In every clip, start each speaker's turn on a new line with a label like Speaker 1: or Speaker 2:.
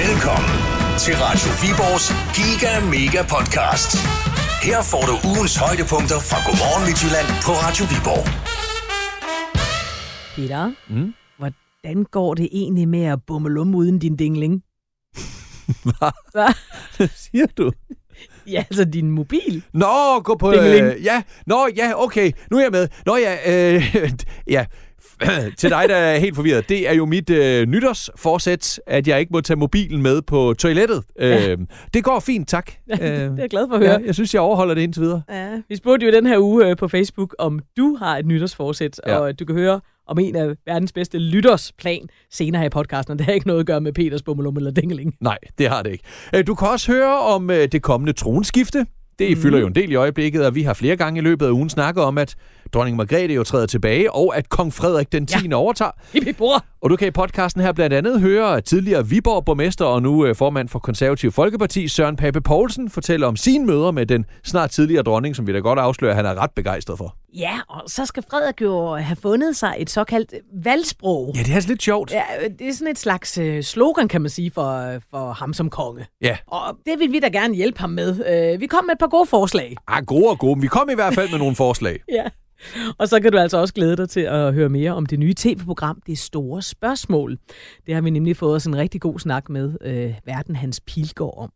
Speaker 1: Velkommen til Radio Viborgs Giga Mega Podcast. Her får du ugens højdepunkter fra Godmorgen Midtjylland på Radio Viborg.
Speaker 2: Peter, mm? hvordan går det egentlig med at bummelum uden din dingling?
Speaker 3: Hvad siger du?
Speaker 2: Ja, altså din mobil.
Speaker 3: Nå, gå på...
Speaker 2: Dingling.
Speaker 3: Øh, ja, nå, ja, okay. Nu er jeg med. Nå ja, øh, ja. til dig, der er helt forvirret. Det er jo mit øh, nytårsforsæt, at jeg ikke må tage mobilen med på toilettet. Øh,
Speaker 2: Ja.
Speaker 3: Det går fint, tak. Øh,
Speaker 2: Det er jeg glad for at
Speaker 3: ja,
Speaker 2: høre.
Speaker 3: jeg synes, jeg overholder det indtil videre.
Speaker 2: Ja. Vi spurgte jo den her uge øh, på Facebook, om du har et nytårsforsæt,
Speaker 3: Ja.
Speaker 2: ja. og øh, du kan høre om en af verdens bedste lyttersplan senere her i podcasten, og det har ikke noget at gøre med Peters bummelum eller dingeling.
Speaker 3: Nej, det har det ikke. Øh, Du kan også høre om øh, det kommende tronskifte. Det mm. fylder jo en del i øjeblikket, og vi har flere gange i løbet af ugen snakket om, at dronning Margrethe jo træder tilbage, og at kong Frederik den 10. Ja. overtager.
Speaker 2: Hip, hip, bror!
Speaker 3: Og du kan i podcasten her blandt andet høre tidligere Viborg-borgmester og nu øh, formand for Konservativ Folkeparti, Søren Pape Poulsen, fortælle om sine møder med den snart tidligere dronning, som vi da godt afslører, at han er ret begejstret for.
Speaker 2: Ja, og så skal Frederik jo have fundet sig et såkaldt valgsprog.
Speaker 3: Ja, det er altså lidt sjovt. Ja.
Speaker 2: Ja, øh, det er sådan et slags øh, slogan, kan man sige, for, øh, for ham som konge.
Speaker 3: ja.
Speaker 2: Og det vil vi da gerne hjælpe ham med. Øh, vi kom med et par gode forslag.
Speaker 3: Ah, gode og gode, men vi kom i hvert fald med nogle forslag.
Speaker 2: Ja. Og så kan du altså også glæde dig til at høre mere om det nye tv-program, Det Store Spørgsmål. Det har vi nemlig fået os en rigtig god snak med øh, verden Hans Pilgaard om.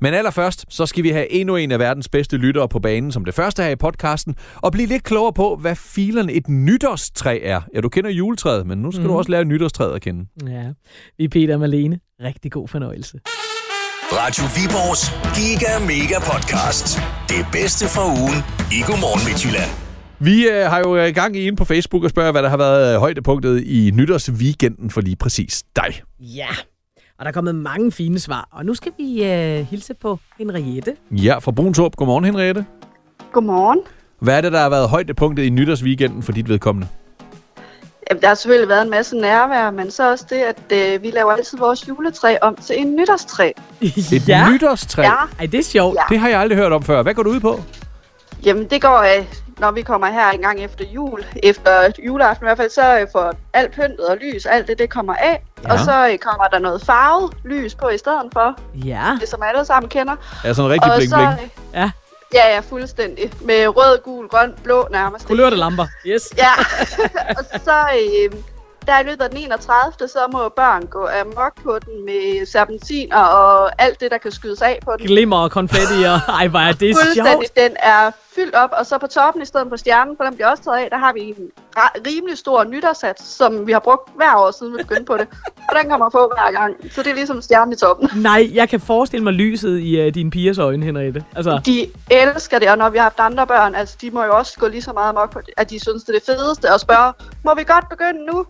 Speaker 3: Men allerførst, så skal vi have endnu en af verdens bedste lyttere på banen, som det første her i podcasten, og blive lidt klogere på, hvad filerne et nytårstræ er. Ja, du kender juletræet, men nu skal mm. du også lære nytårstræet at kende.
Speaker 2: Ja, vi er Peter og Malene. Rigtig god fornøjelse.
Speaker 1: Radio Viborgs Giga Mega Podcast. Det bedste fra ugen i Godmorgen Midtjylland.
Speaker 3: Vi øh, har jo øh, gang i inde på Facebook og spørger, hvad der har været øh, højdepunktet i nytårsweekenden for lige præcis dig.
Speaker 2: Ja, og der er kommet mange fine svar. Og nu skal vi øh, hilse på Henriette.
Speaker 3: Ja, fra Bruntorp. Godmorgen, Henriette.
Speaker 4: Godmorgen.
Speaker 3: Hvad er det, der har været højdepunktet i nytårsweekenden for dit vedkommende?
Speaker 4: Jamen, der har selvfølgelig været en masse nærvær, men så også det, at øh, vi laver altid vores juletræ om til en nytårstræ.
Speaker 3: Et nytårstræ?
Speaker 4: Ja.
Speaker 2: Ej, det er sjovt.
Speaker 4: Ja.
Speaker 3: Det har jeg aldrig hørt om før. Hvad går du ud på?
Speaker 4: Jamen, det går, øh, når vi kommer her en gang efter jul, efter juleaften i hvert fald, så øh, får alt pyntet og lys, alt det, det kommer af.
Speaker 3: Ja.
Speaker 4: Ja. Og så øh, kommer der noget farvet lys på i stedet for,
Speaker 2: Ja.
Speaker 4: det som alle sammen kender.
Speaker 3: Ja, sådan rigtig
Speaker 4: og så,
Speaker 3: bling-bling.
Speaker 4: øh,
Speaker 2: Ja,
Speaker 4: ja, ja, fuldstændig. Med rød, gul, grøn, blå nærmest. ikke?
Speaker 2: kulørte lamper. Yes.
Speaker 4: Ja, og så øh, der i løbet af den 31. så må børn gå amok på den med serpentiner og alt det, der kan skydes af på den.
Speaker 2: Glimmer og konfetti og... Ej, hvor er det sjovt.
Speaker 4: Fuldstændig, den er fyldt op, og så på toppen i stedet for stjernen, for den bliver også taget af, der har vi en ra- rimelig stor nytårsats, som vi har brugt hver år, siden vi begyndte på det. Og den kommer på hver gang, så det er ligesom stjernen i toppen.
Speaker 2: Nej, jeg kan forestille mig lyset i uh, dine pigers øjne, Henriette. Altså,
Speaker 4: De elsker det, og når vi har haft andre børn, altså de må jo også gå lige så meget amok på det, at de synes, det er det fedeste, og spørge, må vi godt begynde nu?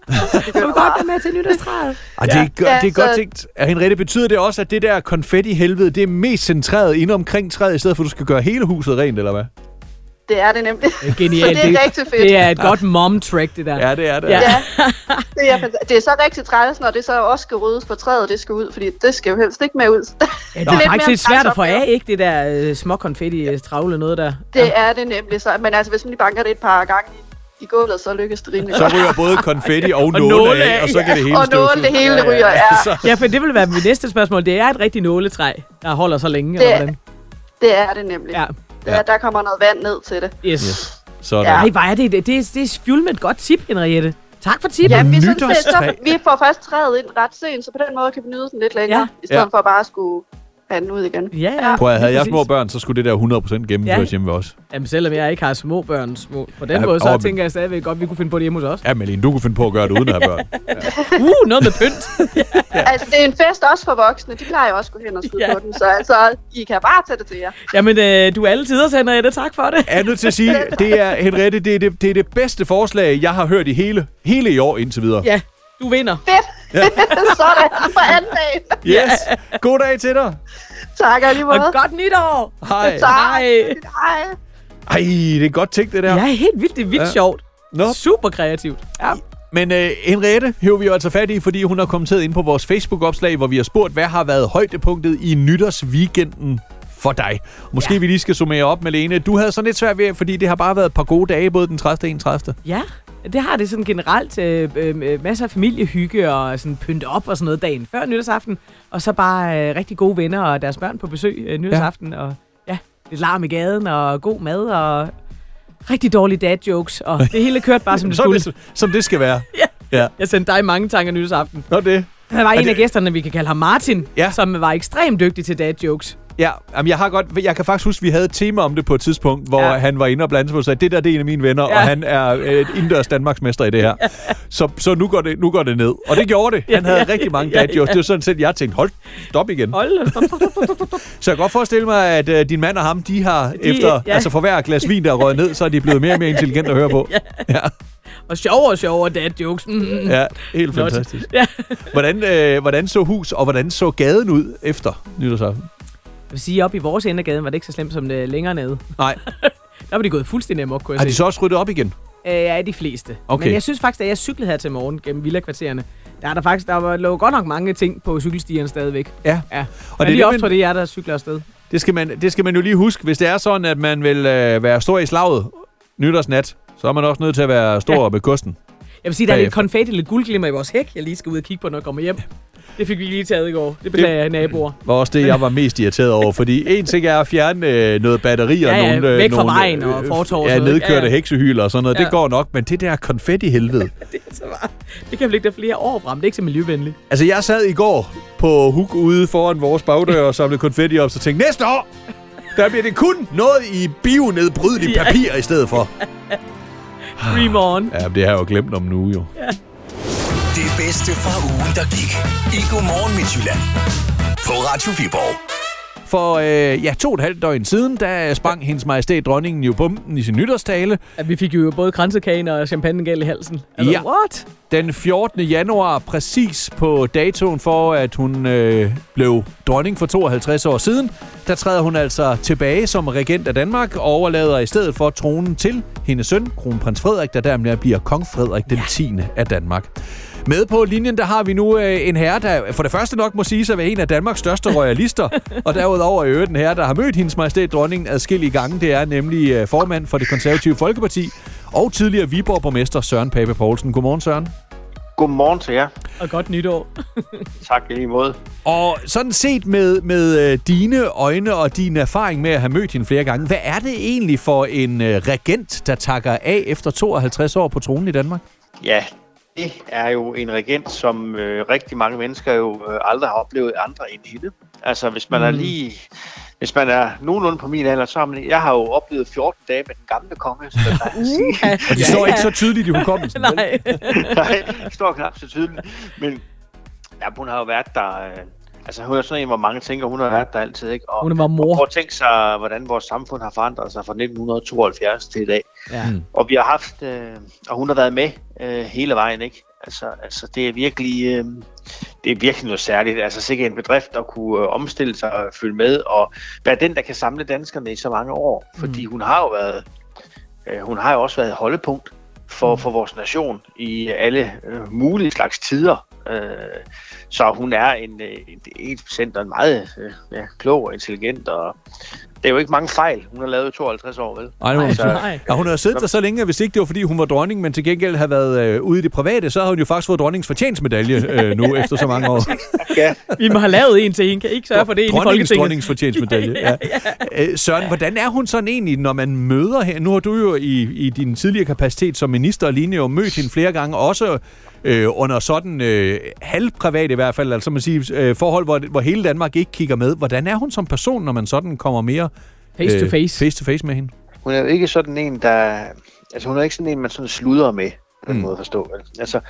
Speaker 2: kan du godt være med til nytårstræet?
Speaker 3: Ej, det er, go-
Speaker 4: Ja,
Speaker 3: det er
Speaker 4: så-
Speaker 3: godt tænkt. Ja, Henriette, betyder det også, at det der konfetti-helvede, det er mest centreret inde omkring træet, i stedet for at du skal gøre hele huset rent, eller hvad?
Speaker 4: Det er det nemlig.
Speaker 2: Genialt.
Speaker 4: Så det er rigtig fedt.
Speaker 2: Det er et godt mom-track, det der.
Speaker 3: Ja, det er det.
Speaker 2: Ja.
Speaker 4: Ja, det er, fanta- det er så rigtig træls, når det så også skal ryddes på træet, det skal ud, fordi det skal jo helst ikke med ud. det
Speaker 2: det er faktisk lidt svært at få af, ikke? Det der uh, små konfetti øh, travle noget der.
Speaker 4: Det er det nemlig så, men altså hvis man lige banker det et par gange i- i gulvet, så lykkes det rimelig
Speaker 3: Så
Speaker 4: godt.
Speaker 3: ryger både konfetti og, og
Speaker 2: nåle
Speaker 3: nåle af,
Speaker 2: af,
Speaker 3: og så kan det hele
Speaker 4: Og
Speaker 3: støves
Speaker 4: nålen, det
Speaker 3: ud.
Speaker 4: hele det ryger, ja.
Speaker 3: Så-
Speaker 2: Ja, for det vil være mit næste spørgsmål. Det er et rigtigt nåletræ, der holder så længe.
Speaker 4: Det
Speaker 2: eller
Speaker 4: er-
Speaker 2: hvordan?
Speaker 4: Det er det nemlig.
Speaker 2: Ja.
Speaker 4: Der, der kommer noget vand ned til det.
Speaker 2: Yes.
Speaker 3: Yes. Sådan.
Speaker 4: Ja.
Speaker 2: Ej, hvor er det, det, det, er- det er fjul med et godt tip, Henriette. Tak for tippet.
Speaker 4: Ja, vi, er sådan, set-
Speaker 3: nytårstræ.
Speaker 4: så, vi får først træet ind ret sent, så på den måde kan vi nyde den lidt længere,
Speaker 2: Ja.
Speaker 4: i stedet
Speaker 3: Ja.
Speaker 4: for bare at skulle have den ud igen.
Speaker 2: Ja, ja.
Speaker 3: Prøv at havde
Speaker 2: lige
Speaker 3: jeg
Speaker 2: præcis.
Speaker 3: små børn, så skulle det der 100% gennemføres
Speaker 2: Ja.
Speaker 3: hjemme ved os.
Speaker 2: Jamen, selvom jeg ikke har små børn små, på den
Speaker 3: Ja,
Speaker 2: ja, måde, så
Speaker 3: og-
Speaker 2: tænker jeg stadigvæk godt, at vi kunne finde på det hjemme hos os.
Speaker 3: Ja, Malene, du kunne finde på at gøre det uden at have børn.
Speaker 2: Uh, noget med pynt.
Speaker 4: Altså, det er en fest også for voksne. De plejer jo også at gå hen og skyde
Speaker 2: Ja.
Speaker 4: på den, så altså, I kan bare tage det til jer.
Speaker 2: Jamen, øh, du er alle tiders, Henriette. Tak for det.
Speaker 3: Jeg er nødt til at sige, det er, Henriette, det er det, det er det bedste forslag, jeg har hørt i hele, hele i år indtil videre.
Speaker 2: Ja, du vinder.
Speaker 4: Fedt! Sådan, på anden dag.
Speaker 3: Yes. God dag til dig.
Speaker 4: Tak alligevel.
Speaker 2: Og godt nytår!
Speaker 3: Hej.
Speaker 4: Tak.
Speaker 2: Hej.
Speaker 4: Hej.
Speaker 3: Ej, det er godt tænkt, det der.
Speaker 2: Ja, helt vildt. Det er vildt
Speaker 3: Ja.
Speaker 2: ja. sjovt.
Speaker 3: Nå.
Speaker 2: Super kreativt. Ja.
Speaker 3: Men øh, Henriette hæver vi jo altså fat i, fordi hun har kommenteret ind på vores Facebook-opslag, hvor vi har spurgt, hvad har været højdepunktet i nytårsweekenden for dig? Måske ja. vi lige skal summere op, Malene. Du havde sådan lidt svært ved, fordi det har bare været et par gode dage, både den 30. og 31.
Speaker 2: ja. Det har det sådan generelt. Øh, øh, masser af familiehygge og sådan pynt op og sådan noget dagen før nytårsaften. Og så bare øh, rigtig gode venner og deres børn på besøg øh, nytårsaften. Ja. Og ja, lidt larm i gaden og god mad og rigtig dårlige dad jokes. Og det hele kørte bare, som det
Speaker 3: Som
Speaker 2: skulle.
Speaker 3: det, som det skal være.
Speaker 2: Ja.
Speaker 3: ja.
Speaker 2: Jeg sendte dig mange tanker nytårsaften.
Speaker 3: Nå det.
Speaker 2: Der var en
Speaker 3: det-
Speaker 2: af gæsterne, vi kan kalde ham Martin,
Speaker 3: Ja.
Speaker 2: ja. som var ekstremt dygtig til dad jokes.
Speaker 3: Ja, jamen jeg, har godt, jeg kan faktisk huske, at vi havde et tema om det på et tidspunkt, hvor ja.
Speaker 2: Ja.
Speaker 3: han var inde og blandede sig og sagde, det der det er en af mine venner, ja.
Speaker 2: Ja.
Speaker 3: og han er øh, et indendørs Danmarksmester i det her. Så, så nu, går det, nu går det ned. Og det gjorde det. Han havde
Speaker 2: ja,
Speaker 3: rigtig mange
Speaker 2: ja,
Speaker 3: dad jokes. Det var sådan set, jeg tænkte, hold stop igen.
Speaker 2: Hold da op.
Speaker 3: Så jeg kan godt forestille mig, at øh, din mand og ham, de har de, efter, ja.
Speaker 2: ja.
Speaker 3: altså for hver glas vin, der er røget ned, så er de blevet mere og mere intelligente at høre på. Ja,
Speaker 2: og sjovere og sjovere dad jokes. Mm, mm.
Speaker 3: ja helt
Speaker 2: Nå,
Speaker 3: fantastisk.
Speaker 2: Ja.
Speaker 3: Hvordan, øh, hvordan så hus, og hvordan så gaden ud efter nytårsaften?
Speaker 2: Jeg vil sige, op i vores ende af gaden var det ikke så slemt som det er længere nede.
Speaker 3: Nej,
Speaker 2: Der var de gået fuldstændig amok, kunne jeg
Speaker 3: har de
Speaker 2: se.
Speaker 3: så også ryddet op igen?
Speaker 2: Øh, ja, de fleste.
Speaker 3: Okay.
Speaker 2: Men jeg synes faktisk, at jeg cyklede her til morgen gennem villakvartererne, der er der faktisk, der var, lå godt nok mange ting på cykelstierne stadigvæk.
Speaker 3: Ja.
Speaker 2: Ja.
Speaker 3: Og
Speaker 2: Og Men
Speaker 3: det er
Speaker 2: det lige
Speaker 3: det,
Speaker 2: også
Speaker 3: man-
Speaker 2: for det er jer, der cykler afsted.
Speaker 3: Det skal, man, det skal man jo lige huske. Hvis det er sådan, at man vil øh, være stor i slaget nytårsnat, så er man også nødt til at være stor ja.
Speaker 2: Ja.
Speaker 3: ved kosten.
Speaker 2: Jeg vil sige, der er lidt
Speaker 3: Bagefter.
Speaker 2: konfetti, lidt guldglimmer i vores hæk, jeg lige skal ud og kigge på, når jeg kommer hjem. Det fik vi lige taget i går. Det beklager jeg, naboer.
Speaker 3: var også det, jeg var mest irriteret over. Fordi en ting er at fjerne øh, noget batteri og
Speaker 2: Ja, ja,
Speaker 3: nogle... øh,
Speaker 2: væk fra
Speaker 3: nogle,
Speaker 2: vejen og fortov og
Speaker 3: Ja,
Speaker 2: sådan noget, ikke?
Speaker 3: nedkørte
Speaker 2: Ja,
Speaker 3: ja,
Speaker 2: ja.
Speaker 3: ja. heksehyler og sådan noget. Ja.
Speaker 2: Ja.
Speaker 3: Det går nok, men det der konfetti-helvede.
Speaker 2: Det, er så bare, det kan vel ikke der flere år frem. Det er ikke så miljøvenligt.
Speaker 3: altså, jeg sad i går på huk ude foran vores bagdør og samlede konfetti op, så tænkte næste år, der bliver det kun noget i bionedbrydeligt
Speaker 2: Ja.
Speaker 3: papir i stedet for.
Speaker 2: Dream on.
Speaker 3: Ja, men det har jeg jo glemt om nu, jo.
Speaker 1: Det bedste fra ugen, der gik. I Godmorgen Midtjylland. På Radio Viborg.
Speaker 3: For øh, ja, to og et halvt døgn siden, der sprang hendes majestæt dronningen jo bomben i sin nytårstale.
Speaker 2: Ja, vi fik jo både kransekagen og champagne galt i halsen. Altså,
Speaker 3: Ah. Ja.
Speaker 2: What?
Speaker 3: Den 14. januar, præcis på datoen for, at hun øh, blev dronning for 52 år siden, der træder hun altså tilbage som regent af Danmark og overlader i stedet for tronen til hendes søn, kronprins Frederik, der dermed bliver kong Frederik den 10. af Danmark. Med på linjen, der har vi nu øh, en herre, der for det første nok må sige sig at være en af Danmarks største royalister, og derudover i øvrigt en herre, der har mødt hendes majestæt dronningen adskillige gange. Det er nemlig øh, formand for det konservative Folkeparti og tidligere Viborg-borgmester Søren Pape Poulsen. Godmorgen, Søren.
Speaker 5: Godmorgen til jer.
Speaker 2: Og godt nytår.
Speaker 5: Tak i lige måde.
Speaker 3: Og sådan set med, med øh, dine øjne og din erfaring med at have mødt hende flere gange, hvad er det egentlig for en øh, regent, der takker af efter 52 år på tronen i Danmark?
Speaker 5: Ja, det er jo en regent, som øh, rigtig mange mennesker jo øh, aldrig har oplevet andre end hende. Altså, hvis man mm. er lige... Hvis man er nogenlunde på min alder, så har man... Jeg har jo oplevet 14 dage med den gamle konge, så der kan sige...
Speaker 3: Og de ja, står ikke så tydeligt i hukommelsen. vel?
Speaker 2: Nej.
Speaker 5: Nej, det står knap så tydeligt. Men ja, hun har jo været der... Øh, altså, hun er sådan en, hvor mange tænker, hun har været der altid, ikke? Og,
Speaker 2: Hun var mor.
Speaker 5: Prøv at tænke sig, hvordan vores samfund har forandret sig fra 1972 til i dag.
Speaker 2: Ja.
Speaker 5: Og vi har haft, øh, og hun har været med øh, hele vejen, ikke? Altså, altså det er virkelig, øh, det er virkelig noget særligt. Altså sikkert en bedrift at kunne øh, omstille sig og følge med, og være den, der kan samle danskerne i så mange år.
Speaker 2: Mm.
Speaker 5: Fordi hun har jo været, øh, hun har jo også været holdepunkt for, for vores nation i alle øh, mulige slags tider. Øh, så hun er en, øh, en, en, procent og en meget øh, ja, klog og intelligent, og det er jo ikke mange fejl, hun har lavet i 52 år, vel?
Speaker 3: Ej, nu,
Speaker 2: Nej,
Speaker 3: altså,
Speaker 2: nej.
Speaker 3: ja, hun har siddet der så længe, at hvis ikke det var, fordi hun var dronning, men til gengæld har været øh, ude i det private, så har hun jo faktisk fået dronningens fortjensmedalje øh, nu efter så mange år.
Speaker 5: Ja,
Speaker 2: Vi må have lavet en til hende. Kan I ikke sørge for det inde i
Speaker 3: Dronningens
Speaker 2: Folketinget?
Speaker 3: dronningens fortjensmedalje. ja, ja. Øh, Søren, hvordan er hun sådan egentlig, når man møder hende? Nu har du jo i, i din tidligere kapacitet som minister og lignende jo mødt hende flere gange, også øh, under sådan øh, halvprivat i hvert fald, altså man siger, øh, forhold, hvor, hvor hele Danmark ikke kigger med. Hvordan er hun som person, når man sådan kommer mere
Speaker 2: Face to
Speaker 3: øh,
Speaker 2: face.
Speaker 3: face, to face med hende?
Speaker 5: hun er jo ikke sådan en, der... Altså, hun er ikke sådan en, man sådan sludrer med, på en måde at forstå. vel? Altså,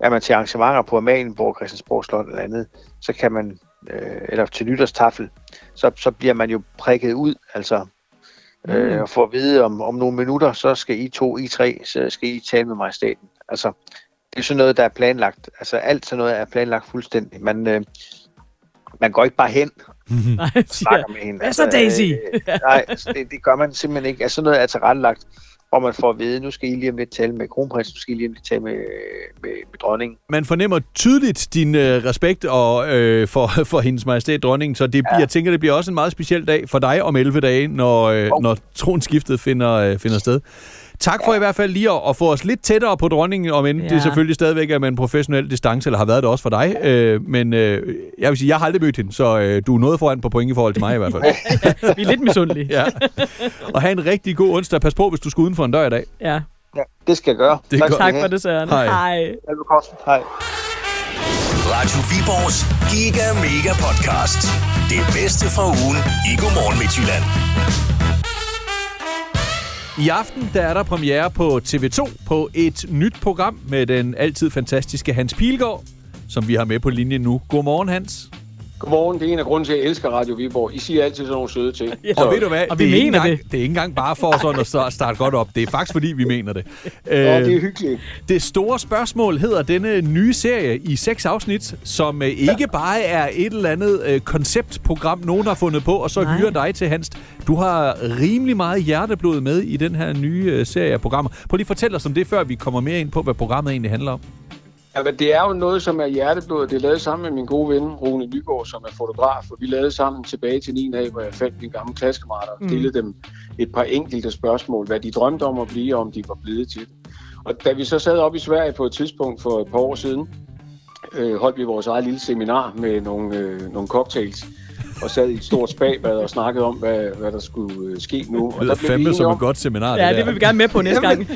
Speaker 5: er man til arrangementer på Amalienborg, Christiansborg Slot eller andet, så kan man, øh, eller til nytårstafel, så, så bliver man jo prikket ud, altså, øh, og får at vide om, om nogle minutter, så skal I to, I tre, så skal I tale med mig i staten. Altså, det er sådan noget, der er planlagt. Altså, alt sådan noget er planlagt fuldstændig. Man, øh, man går ikke bare hen
Speaker 2: Nej,
Speaker 5: snakker
Speaker 2: siger-
Speaker 5: med hende.
Speaker 2: Hvad så, Daisy?
Speaker 5: Øh, øh, nej, altså, det, det gør man simpelthen ikke. Altså, sådan noget er tilrettelagt, hvor man får at vide, nu skal I lige om lidt tale med kronprinsen, nu skal I lige om lidt tale med, med, med dronningen.
Speaker 3: Man fornemmer tydeligt din øh, respekt og, øh, for, for hendes majestæt dronningen, så det, ja. jeg tænker, det bliver også en meget speciel dag for dig om 11 dage, når, øh,
Speaker 5: Jo.
Speaker 3: når tronskiftet finder, øh, finder sted. Tak for i hvert fald lige at, at få os lidt tættere på dronningen, om end ja.
Speaker 2: Ja.
Speaker 3: det selvfølgelig stadigvæk er med en professionel distance, eller har været det også for dig. Øh, men øh, jeg vil sige, jeg har aldrig mødt hende, så øh, du er noget foran på point i forhold til mig i hvert fald.
Speaker 2: Vi er lidt misundelige.
Speaker 3: ja. Og have en rigtig god onsdag. Pas på, hvis du skal uden for en dør i dag.
Speaker 2: ja.
Speaker 5: Ja, det skal jeg gøre.
Speaker 3: Det er godt.
Speaker 2: Tak for Mhm. det, Søren.
Speaker 3: Hej.
Speaker 2: Hej.
Speaker 5: Velbekomme. Hej.
Speaker 1: Radio Viborgs Giga Mega Podcast. Det bedste fra ugen i Godmorgen Midtjylland.
Speaker 3: I aften der er der premiere på TV2 på et nyt program med den altid fantastiske Hans Pilgaard, som vi har med på linjen nu. Godmorgen, Hans.
Speaker 6: Godmorgen, det er en af grunden til, at jeg elsker Radio Viborg. I siger altid sådan nogle søde ting.
Speaker 3: Ja. Og ved du hvad?
Speaker 2: Og vi
Speaker 3: det er ikke
Speaker 2: mener
Speaker 3: engang,
Speaker 2: det.
Speaker 3: Det er ikke engang bare for sådan at så- starte godt op. Det er faktisk, fordi vi mener det.
Speaker 6: Ja, det
Speaker 3: Øh,
Speaker 6: er hyggeligt.
Speaker 3: det store spørgsmål hedder denne nye serie i seks afsnit, som øh, ikke bare er et eller andet øh, konceptprogram, nogen har fundet på, og så
Speaker 2: Nej.
Speaker 3: hyrer dig til, Hans. Du har rimelig meget hjerteblod med i den her nye øh, serie af programmer. Prøv lige at fortælle os om det, før vi kommer mere ind på, hvad programmet egentlig handler om.
Speaker 6: Ja, men det er jo noget, som er hjerteblod. Det er lavet sammen med min gode ven, Rune Nygaard, som er fotograf. Og vi lavede sammen tilbage til 9. af, hvor jeg fandt mine gamle klassekammerater
Speaker 3: Mm.
Speaker 6: og stillede dem et par enkelte spørgsmål. Hvad de drømte om at blive, og om de var blevet til det. Og da vi så sad op i Sverige på et tidspunkt for et par år siden, øh, holdt vi vores eget lille seminar med nogle, øh, nogle cocktails og sad i et stort spagbad og snakkede om, hvad, hvad der skulle øh, ske nu. Og
Speaker 3: Det lyder
Speaker 6: blev vi
Speaker 3: fandme
Speaker 6: enige
Speaker 3: som
Speaker 6: om-
Speaker 3: et godt seminar,
Speaker 2: Ja,
Speaker 3: der.
Speaker 2: det vil vi gerne med på næste gang.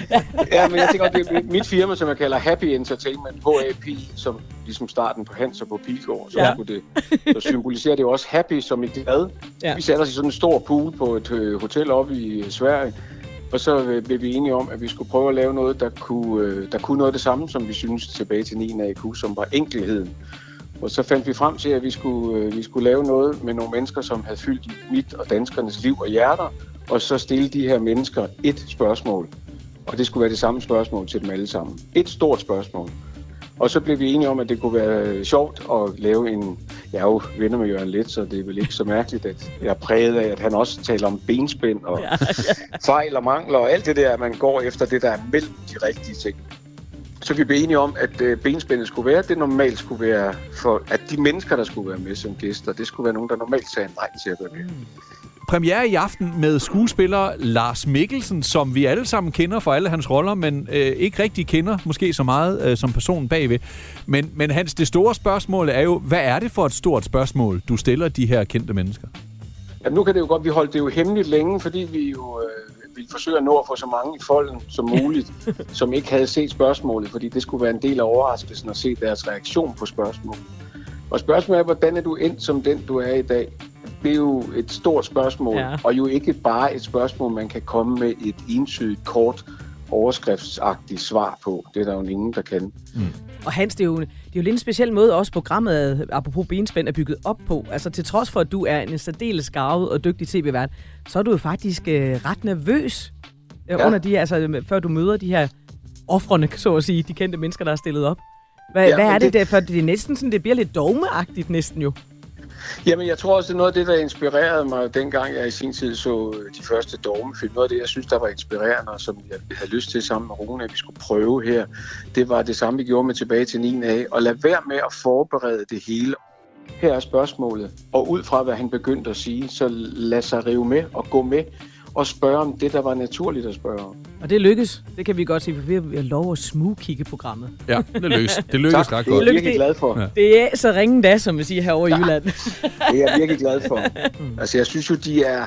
Speaker 6: Ja, men jeg tænker, at det er mit firma, som jeg kalder Happy Entertainment, HAP, som ligesom starten på Hans og på Pilgaard, så,
Speaker 2: Ja.
Speaker 6: ja. det, så symboliserer det jo også happy som i glad.
Speaker 2: Ja.
Speaker 6: Ja. Vi satte os i sådan en stor pool på et øh, hotel oppe i øh, Sverige, og så øh, blev vi enige om, at vi skulle prøve at lave noget, der kunne, øh, der kunne noget af det samme, som vi synes tilbage til 9. AQ, som var enkelheden. Og så fandt vi frem til, at vi skulle, øh, vi skulle lave noget med nogle mennesker, som havde fyldt mit og danskernes liv og hjerter, og så stille de her mennesker et spørgsmål. Og det skulle være det samme spørgsmål til dem alle sammen. Et stort spørgsmål. Og så blev vi enige om, at det kunne være øh, sjovt at lave en... Jeg er jo venner med Jørgen lidt, så det er vel ikke så mærkeligt, at jeg er præget af, at han også taler om benspænd og ja. fejl og mangler og alt det der, at man går efter det, der er mellem de rigtige ting. Så vi blev enige om, at øh, benspændet skulle være, det normalt skulle være for, at de mennesker, der skulle være med som gæster, det skulle være nogen, der normalt sagde nej til at være med.
Speaker 3: Premiere i aften med skuespiller Lars Mikkelsen, som vi alle sammen kender for alle hans roller, men øh, ikke rigtig kender måske så meget øh, som personen bagved. Men, men Hans, det store spørgsmål er jo, hvad er det for et stort spørgsmål, du stiller de her kendte mennesker?
Speaker 6: Jamen, nu kan det jo godt, vi holdt det jo hemmeligt længe, fordi vi jo øh, ville forsøge at nå at få så mange i folden som muligt, som ikke havde set spørgsmålet, fordi det skulle være en del af overraskelsen at se deres reaktion på spørgsmålet. Og spørgsmålet er, hvordan er du endt som den, du er i dag? Det er jo et stort spørgsmål,
Speaker 2: Ja.
Speaker 6: ja. og jo ikke bare et spørgsmål, man kan komme med et entydigt, kort, overskriftsagtigt svar på. Det er der jo ingen, der kan.
Speaker 2: Og Hans, det er, jo, det er jo lidt en speciel måde, også programmet, apropos benspænd, er bygget op på. Altså til trods for, at du er en særdeles skarvet og dygtig tv-vært, så er du jo faktisk øh, ret nervøs øh, ja.
Speaker 6: Ja.
Speaker 2: under de her, altså øh, før du møder de her offrene, så at sige, de kendte mennesker, der er stillet op. Hvad, ja,
Speaker 6: Ja,
Speaker 2: hvad
Speaker 6: men
Speaker 2: er det,
Speaker 6: det-
Speaker 2: der? For det er næsten sådan, det bliver lidt dogmeagtigt næsten jo.
Speaker 6: Jamen, jeg tror også, det er noget af det, der inspirerede mig, dengang jeg i sin tid så øh, de første dogmefilm. Noget af det, jeg synes, der var inspirerende, og som jeg havde lyst til sammen med Rune, at vi skulle prøve her, det var det samme, vi gjorde med tilbage til 9. A. Og lad være med at forberede det hele. Her er spørgsmålet. Og ud fra, hvad han begyndte at sige, så lad sig rive med og gå med og spørge om det, der var naturligt at spørge om.
Speaker 2: Og det lykkes. Det kan vi godt se, for vi har- vi har lov at smugkigge programmet.
Speaker 3: Ja, det lykkes. Det lykkes ret
Speaker 6: det
Speaker 3: godt.
Speaker 6: er jeg
Speaker 2: Lykke til.
Speaker 6: virkelig glad for.
Speaker 3: Ja.
Speaker 2: Det er så ringen da, som vi siger herovre i Jylland.
Speaker 6: Det er jeg virkelig glad for. Altså, jeg synes jo, de er,